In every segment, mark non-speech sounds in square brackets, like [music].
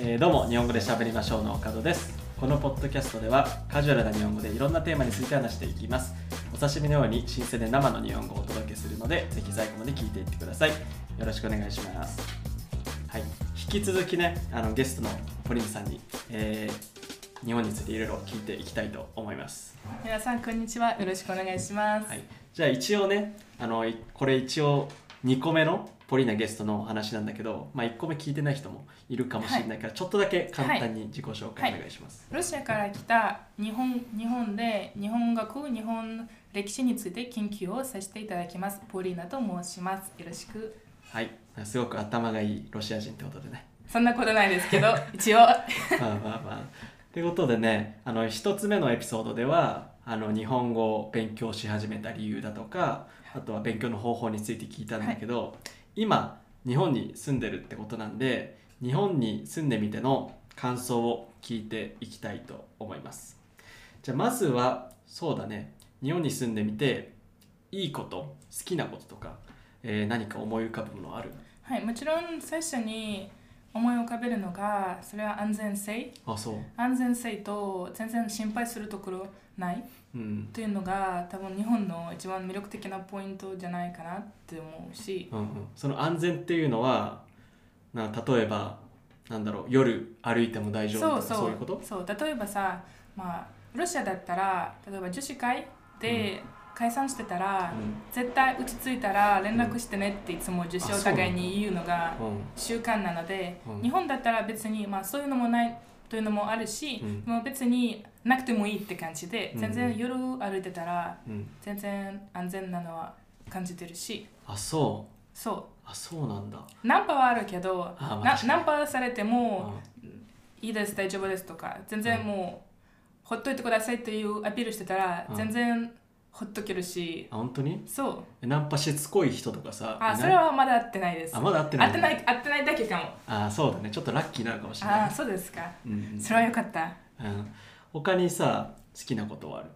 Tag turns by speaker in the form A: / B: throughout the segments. A: えーどうも日本語で喋りましょうの岡戸ですこのポッドキャストではカジュアルな日本語でいろんなテーマについて話していきますお刺身のように新鮮で生の日本語をお届けするのでぜひ最後まで聞いていってくださいよろしくお願いしますはい引き続きねあのゲストのポリンさんに、えー日本についていろいろ聞いていきたいと思います
B: 皆さんこんにちはよろしくお願いします、
A: はい、じゃあ一応ねあのいこれ一応2個目のポリーナゲストの話なんだけど、まあ、1個目聞いてない人もいるかもしれないから、ちょっとだけ簡単に自己紹介お願いします。
B: ロシアから来た日本日本で日本学日本歴史について研究をさせていただきますポリーナと申しますよろしく
A: はい、すごく頭がいいロシア人ってことでね。
B: そんなことないですけ
A: [laughs]
B: ど一応
A: まあまあまあ。ってことでねあの1つ目のエピソードではあの日本語を勉強し始めた理由だとかあとは勉強の方法について聞いたんだけど、今日本に住んでるってことなんで日本に住んでみての感想を聞いていきたいと思いますじゃあまずはそうだね日本に住んでみていいこと好きなこととか、えー何か思い浮かぶものある
B: はいもちろん最初に思い浮かべるのがそれは安全性
A: あそう
B: 安全性と全然心配するところない
A: うん
B: というのが多分日本の一番魅力的なポイントじゃないかなって思うし
A: うんうん、その安全っていうのはな例えばなんだろう夜歩いても大丈夫と
B: そ
A: かそ
B: うそうう
A: いうこと
B: そう例えばさ、まあ、ロシアだったら例えば女子会で解散してたら、絶対落ち着いたら連絡してねっていつも女子
A: あそう
B: お
A: なんだ
B: 互いに言うのが
A: うんうん
B: 習慣なので、
A: うん
B: 日本だったら別に、まあ、そういうのもないというのもあるし、
A: うん
B: もう別になくてもいいって感じで
A: うん
B: 全然夜歩いてたら
A: うん、
B: 全然安全なのは感じてるし
A: あそう
B: そ
A: あそうなんだ
B: うナンパはあるけど
A: あまあ
B: な
A: 確かに
B: ナンパされても、
A: うん
B: いいです大丈夫ですとか全然もうほっといてくださいっていうアピールしてたら
A: うん
B: 全然ほっとけるし
A: あ本当に
B: そう
A: えナンパしつこい人とかさいな
B: あ
A: い
B: それはまだ会ってないです
A: あまだ会ってない
B: 会ってない会ってないだけかも
A: あそうだねちょっとラッキーなのかもしれな
B: あ
A: い
B: そうですか
A: うんうん
B: それはよかった
A: うん他にさ好きなことはある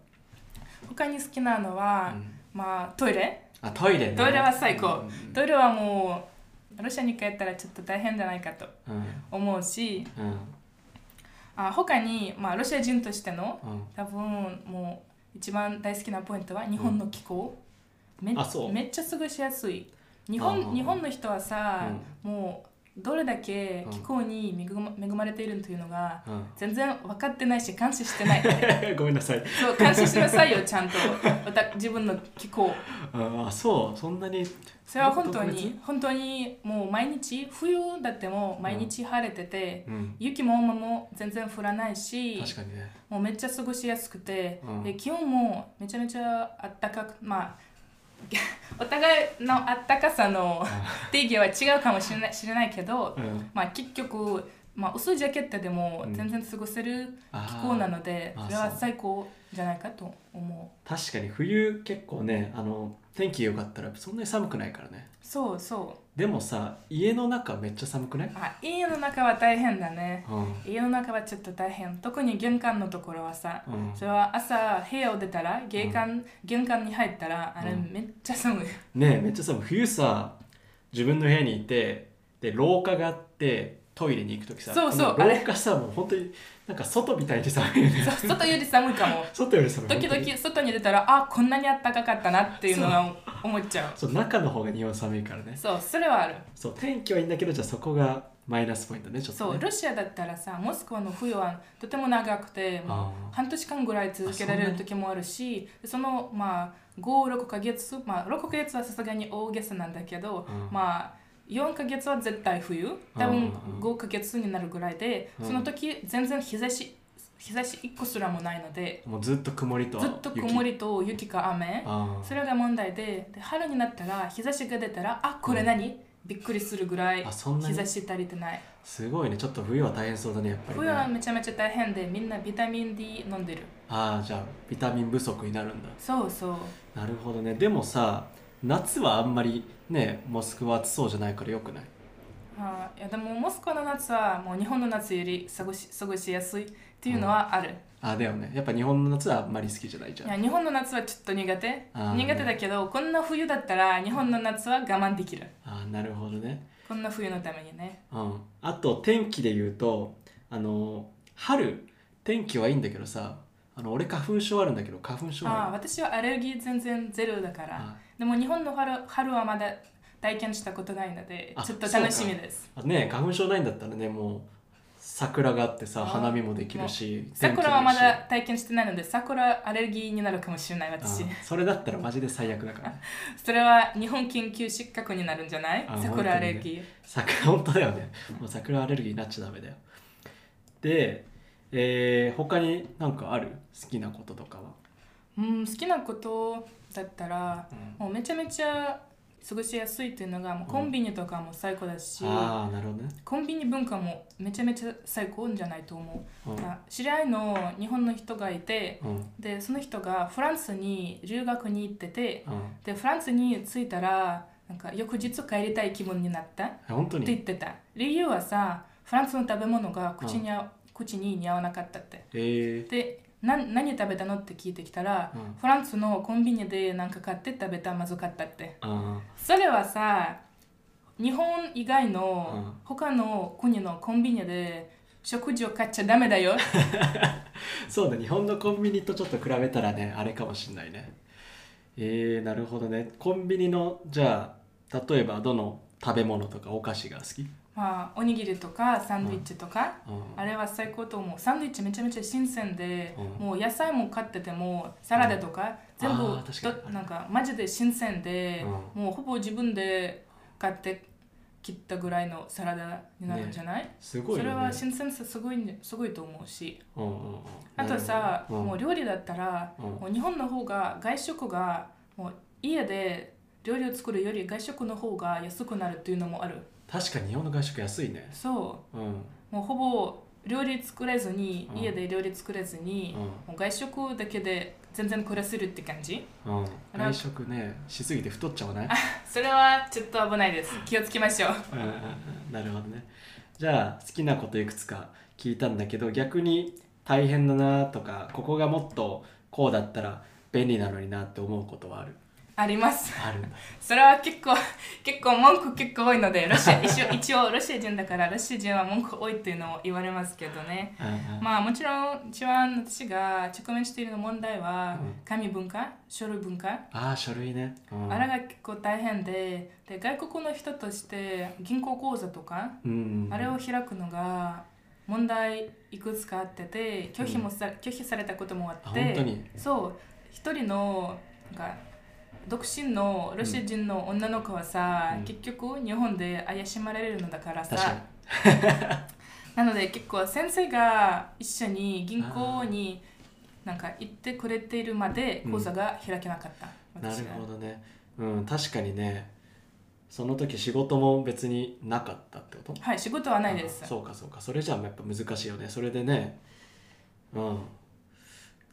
B: 他に好きなのは
A: うん
B: まあトイレ
A: あトイレね
B: トイレは最
A: う
B: 高
A: ん
B: トイレはもうロシアに帰ったらちょっと大変じゃないかと
A: うん
B: 思うし
A: うん
B: あ他にまあロシア人としての
A: うん
B: 多分もう一番大好きなポイントは日本の気候、め
A: あそう
B: めっちゃ過ごしやすい日
A: ああ
B: 本日本の人はさ、もうどれだけ
A: うん
B: 気候に恵ま恵まれているというのが
A: うん
B: 全然分かってないし感謝してない
A: [laughs] うんごめんなさい
B: そう感謝しなさいよちゃんとわた自分の気候
A: うんあそうそんなに
B: それは本当
A: 特
B: に本当にもう毎日冬だっても毎日晴れてて、
A: うん
B: 雪も雨も全然降らないし
A: 確かに
B: [laughs]
A: ね
B: もうめっちゃ過ごしやすくて、
A: うん
B: で気温もめちゃめちゃあ [laughs] ったかくまあお互いのあったかさの定義は違うかもしれない知れないけど、
A: うん
B: まあ、結局、まあ、薄いジャケットでも
A: うん
B: 全然過ごせる
A: あ
B: 気
A: ー
B: 候なので、
A: あー
B: それは
A: そう
B: 最高じゃないかと思う
A: 確かに冬結構ねあの天気良かったらそんなに寒くないからね
B: そうそう
A: でもさ家の中めっちゃ寒くない、
B: あ家の中は大変だね
A: うんうん、
B: 家の中はちょっと大変特に玄関のところはさそれは朝部屋を出たら玄関,、玄関に入ったらあれ
A: うん
B: めっちゃ寒い、
A: ねえめっちゃさ冬さ自分の部屋にいてで廊下があってトイレに行く時さ
B: そうそう
A: この
B: あ
A: 廊
B: れ
A: 下さもう本当になんか外みたいに寒いよね
B: そ外より寒いかも
A: 外より寒い
B: 時
A: 本当
B: 々
A: に
B: 外に出たらあこんなにあったかかったなっていうのが思っちゃう
A: そう中の方が日本寒いからね
B: そうそれはある
A: そう天気はいいんだけどじゃあそこがマイナスポイントねちょっと
B: そう
A: ね
B: ロシアだったらさモスクワの冬はとても長くても
A: あ
B: う半年間ぐらい続けら
A: あそ
B: れ
A: ん
B: る
A: なに
B: 時もあるしそのまあ56ヶ月まあ6ヶ月はさすがに大げさなんだけど、
A: うん
B: まあ4ヶ月は絶対冬多
A: うんうん
B: 分
A: うん
B: 5ヶ月になるぐらいで
A: うん
B: その時全然日差し日差し1個すらもないので
A: もうずっと曇りと
B: ずっと曇
A: り
B: りと雪か雨
A: あ
B: それが問題でで春になったら日差しが出たらあこれ何、びっくりするぐらい
A: あそんな
B: 日
A: に
B: 差し足りてない
A: あすごいねちょっと冬は大変そうだねやっぱり、ね、
B: 冬はめちゃめちゃ大変でみんなビタミン D 飲んでる
A: ああじゃあビタミン不足になるんだ
B: そうそう
A: なるほどねでもさ夏はあんまりねモスクワ暑そうじゃないからよくない
B: あーいやでもモスクワの夏はもう日本の夏より過ごし過ごしやすいっていうのはある、
A: あだよねやっぱ日本の夏はあんまり好きじゃないじゃ
B: い
A: ん
B: や日本の夏はちょっと苦手
A: あー
B: 苦手だけどこんな冬だったら日本の夏は我慢できる
A: あーなるほどね
B: こんな冬のためにね
A: うんあと天気で言うとあの春天気はいいんだけどさあの俺花粉症あるんだけど花粉症
B: あ
A: ある
B: 私はアレルギー全然ゼロだから
A: あ
B: でも日本の春春はまだ体験したことないので
A: あ
B: ちょっと楽しみです
A: あね花粉症ないんだったらねもう桜があってさ
B: あ
A: 花見もできるし天気もいいし
B: 桜はまだ体験してないので桜アレルギーになるかもしれない私
A: あそれだったらマジで最悪だから
B: それは日本研究失格になるんじゃない
A: あ
B: 桜アレルギー、
A: 桜本当だよねもう桜アレルギーになっちゃダメだよで、えー、他になんかある好きなこととかは、
B: うん好きなことだったら
A: うん
B: もうめちゃめちゃ過ごしやすいというのがもうコンビニとかも最高だし、
A: ああなるほどね、
B: コンビニ文化もめちゃめちゃ最高じゃないと思う、
A: うん
B: あ知り合いの日本の人がいて
A: うん
B: でその人がフランスに留学に行ってて
A: うん、
B: でフランスに着いたらなんか翌日帰りたい気分になったって
A: 本当
B: 言
A: に
B: ってた理由はさフランスの食べ物が口に合う口に似合わなかったって
A: え
B: でな何食べたのって聞いてきたら、
A: うん
B: フランスのコンビニで何か買って食べたらまずかったって
A: ー、あ
B: それはさ日本以外の
A: うん
B: 他の国のコンビニで食事を買っちゃダメだよ
A: ーそうだ日本のコンビニとちょっと比べたらねあれかもしんないねえー、なるほどねコンビニのじゃあ例えばどの食べ物とかお菓子が好き、
B: まあおにぎりとかサンドイッチとか、
A: うん
B: あれは最高と思うサンドイッチめちゃめちゃ新鮮で、
A: うん
B: もう野菜も買っててもサラダとか、
A: うん
B: 全部
A: あー確かに
B: どなんかマジで新鮮で、もうほぼ自分で買って切ったぐらいのサラダになるんじゃない、
A: すご
B: そ
A: いよ、
B: れ
A: ね、
B: は新鮮さすごいんじゃすごいと思うし
A: うんうんうん
B: あとさ、
A: なるほどねうん
B: もう料理だったら、
A: うん
B: もう日本の方が外食がもう家で料理を作るより外食の方が安くなるっていうのもある
A: 確かに日本の外食安いね
B: そ
A: うんうん
B: うもうほぼ料理作れずに、
A: うん
B: 家で料理作れずに、もう外食だけで全然暮らせるって感じ
A: うん
B: あら
A: 外食ねしすぎて太っちゃわない
B: それはちょっと危ないです気をつけましょう [laughs]
A: うんうんうんなるほどねじゃあ好きなこといくつか聞いたんだけど逆に大変だなとかここがもっとこうだったら便利なのになって思うことはある
B: あります
A: あるんだ
B: それは結構結構文句結構多いので
A: [laughs]
B: ロシア一応一応ロシア人だからロシア人は文句多いっていうのを言われますけどね
A: うんうん
B: まあもちろん一番私が直面している問題は
A: うん
B: 紙文化書類文化
A: ああ書類ね、うん、
B: あれが結構大変でで外国の人として銀行口座とか
A: うん
B: あれを開くのが問題いくつかあってて拒否もさ、拒否されたこともあ
A: あ
B: って
A: 本当に
B: そう一人のなんか独身のロシア人の女の子はさ、
A: うん
B: 結局日本で怪しまれるのだからさ
A: 確かに
B: なので結構先生が一緒に銀行になんか行ってくれているまで
A: うん
B: 講座が開けなかった、
A: なる
B: 私は
A: ほどねうん確かにねその時仕事も別になかったってこと
B: はい仕事はないです
A: あそうかそうかそれじゃやっぱ難しいよねそれでねうん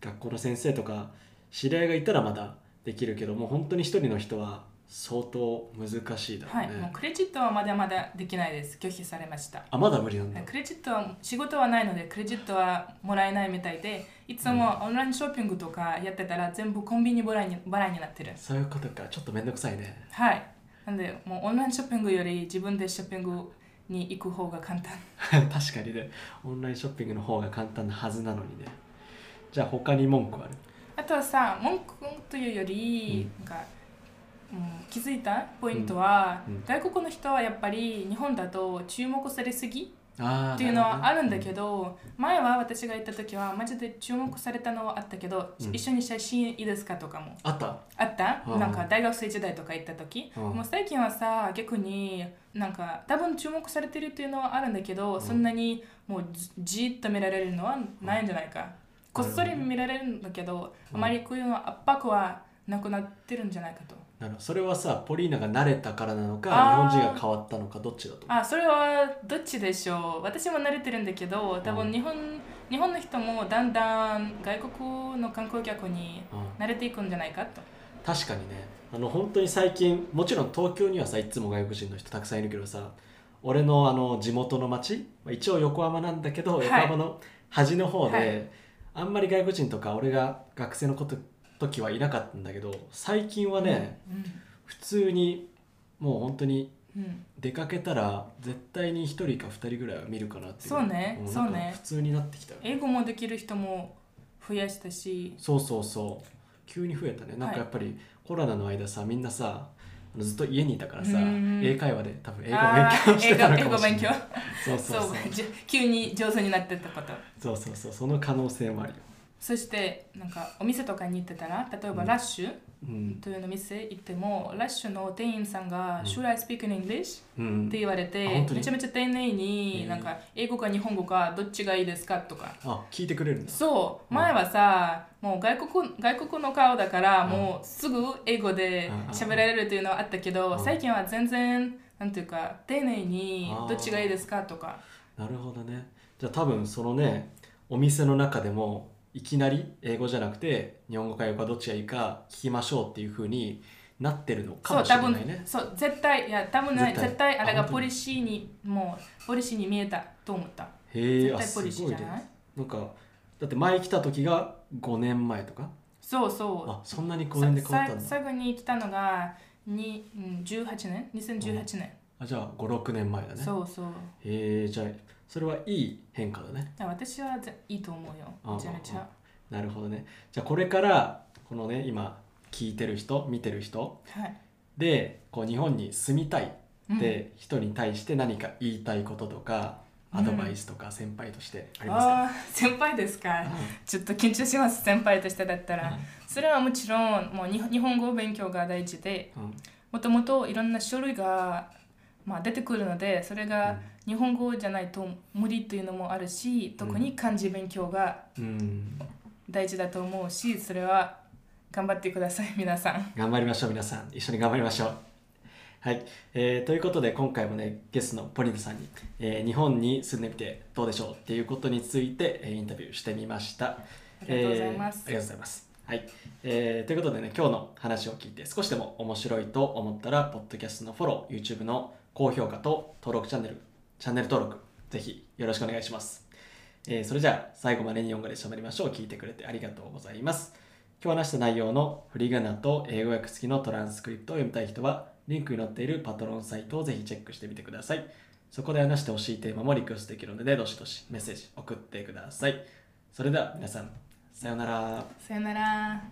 A: 学校の先生とか知り合いがいたらまだできるけどもう本当に一人の人は相当難しいだろう
B: はい、
A: ね、
B: もうクレジットはまだまだできないです拒否されました
A: あまだ無理なんだ
B: クレジットは仕事はないのでクレジットはもらえないみたいでいつもオンラインショッピングとかやってたら全部コンビニ払いに払いになってる
A: そういうことかちょっと面倒くさいね [laughs]
B: はいなんでもうオンラインショッピングより自分でショッピングに行く方
A: [laughs]
B: が簡単
A: 確かにねオンラインショッピングの方が簡単なはずなのにねじゃあ他に文句ある
B: あとはさ文句というより、なんか、うん、気づいたポイントは、
A: うんうん
B: 外国の人はやっぱり日本だと注目されすぎ
A: あー
B: っていうのはあるんだけ
A: な
B: ど前は私が行った時はマジで注目されたのはあったけど、
A: うん
B: 一緒に写真いいですかとかも
A: ほどねあっ
B: あった、
A: うん
B: なんか大学生時代とか行った時、
A: うん
B: もう最近はさ逆になんか多分注目されてるっていうのはあるんだけど、
A: ん
B: そんなにもうじじーっと見られるのはないんじゃないか、こっそり見られるんだけど、
A: うん
B: あまりこういうの圧迫はなくなってるんじゃないかと
A: たなるほどそれはさポリーナが慣れたからなのか
B: あー
A: 日本人が変わったのかどっちだと思う
B: あそれはどっちでしょう私も慣れてるんだけど多
A: うん
B: 分日本,、日本の人もだんだん外国の観光客に
A: うん
B: 慣れていくんじゃないかと
A: 確かにねあの本当に最近もちろん東京にはさいつも外国人の人たくさんいるけどさ俺のあの地元の町まあ一応横浜なんだけど、
B: はい
A: 横浜の端の方で、
B: はい
A: あんまり外国人とか俺が学生のこと時はいなかったんだけど最近はね、
B: うん
A: 普通にもう本当に
B: うん、
A: 出かけたら絶対に1人か2人ぐらいは見るかなっていう
B: そうね
A: ん
B: そうね
A: なんか普通になってきたよね
B: 英語もできる人も増やしたし、
A: そうそうそう急に増えたねなんかやっぱりコロナの間さみんなさあのずっと家にいたからさ
B: うん
A: 英会話で多分英語
B: あー
A: 勉強してたの
B: 英
A: か
B: 語
A: も
B: 英語
A: しれな
B: 勉
A: いそ
B: 強
A: う
B: そ
A: そううそう
B: じゃ急に上手になってったこと
A: そうそうそうその可能性もあるよ、
B: そしてなんかお店とかに行ってたら例え
A: う
B: ば
A: ん
B: ラッシュ
A: うん
B: というの店行っても、ラッシュの店員さんが
A: うん
B: 「Should I speak in English?」
A: うん
B: って、言われ
A: あ
B: て
A: 本当に
B: めちゃめちゃ丁寧
A: へ
B: に
A: ー
B: なんか英語か日本語かどっちがいいですかとか
A: あ聞いてくれるんです
B: そう前はさもう外国外国の顔だからもうすぐ英語で喋られるというのはあったけ
A: うん
B: ど
A: うん
B: 最近は全然なんていうか丁寧に
A: あー
B: どっちがいいですかとか
A: なるほどねじゃあ多分そのねお店の中でもいきなり英語じゃなくて日本語か英語かどっちがいいか聞きましょうっていう風になってるのか
B: そう
A: もしれ
B: 多
A: ない
B: 分
A: ね
B: そう絶対いや多分ね
A: 絶
B: 絶
A: 対
B: 対あれ
A: あ
B: が
A: 本当
B: ポ
A: に
B: リシーにもうポリシーに見えたと思った
A: へえ
B: 絶
A: あ
B: 対
A: す
B: ポ
A: ご
B: リシーじ
A: い
B: ゃない
A: ねなんかだって前来た時が5年前とか
B: そうそう
A: あそんなに5年で変わったん
B: さ
A: だ
B: 最後に来たのがにうん18年2018年、
A: あじゃあ56年前だね
B: そうそう
A: へえじゃあそれはいい変化だね
B: いや私はぜいいと思う
A: あ
B: よめちゃめち
A: あ
B: ゃ
A: なるほどねじゃあこれからこのね今聞いてる人見てる人
B: はい、
A: でこう日本に住みたい
B: うん
A: で人に対して何か言いたいこととか、
B: うん
A: アドバイスとか先輩としてありますか、
B: あー先輩ですかちょっと緊張します先輩としてだったら、
A: うん
B: それはもちろんもうに日本語勉強が大事で
A: うん
B: もともといろんな書類が、まあ、出てくるのでそれが日本語じゃないと無理というのもあるし特に漢字勉強が
A: うん、
B: 大事だと思うしそれは頑張ってください皆さん
A: 頑張りましょう皆さん一緒に頑張りましょうはい、えーということで今回もねゲストのポリナさんに、えー日本に住んでみてどうでしょうっていうことについて、えーインタビューしてみました
B: ありがとうございま
A: え
B: す
A: ーありがとうございます。はい、えーということでね今日の話を聞いて少しでも面白いと思ったらポッドキャストのフォロー YouTube の高評価と登録チャンネルチャンネル登録ぜひよろしくお願いします、えーそれじゃあ最後まで日本語で喋りましょう聞いてくれてありがとうございます今日話した内容のフリガナと英語訳付きのトランスクリプトを読みたい人はリンクに載っているパトロンサイトをぜひチェックしてみてくださいそこで話してほしいテーマもリクエストできるのでどしどしメッセージ送ってくださいそれでは皆さんさようなら
B: さよなら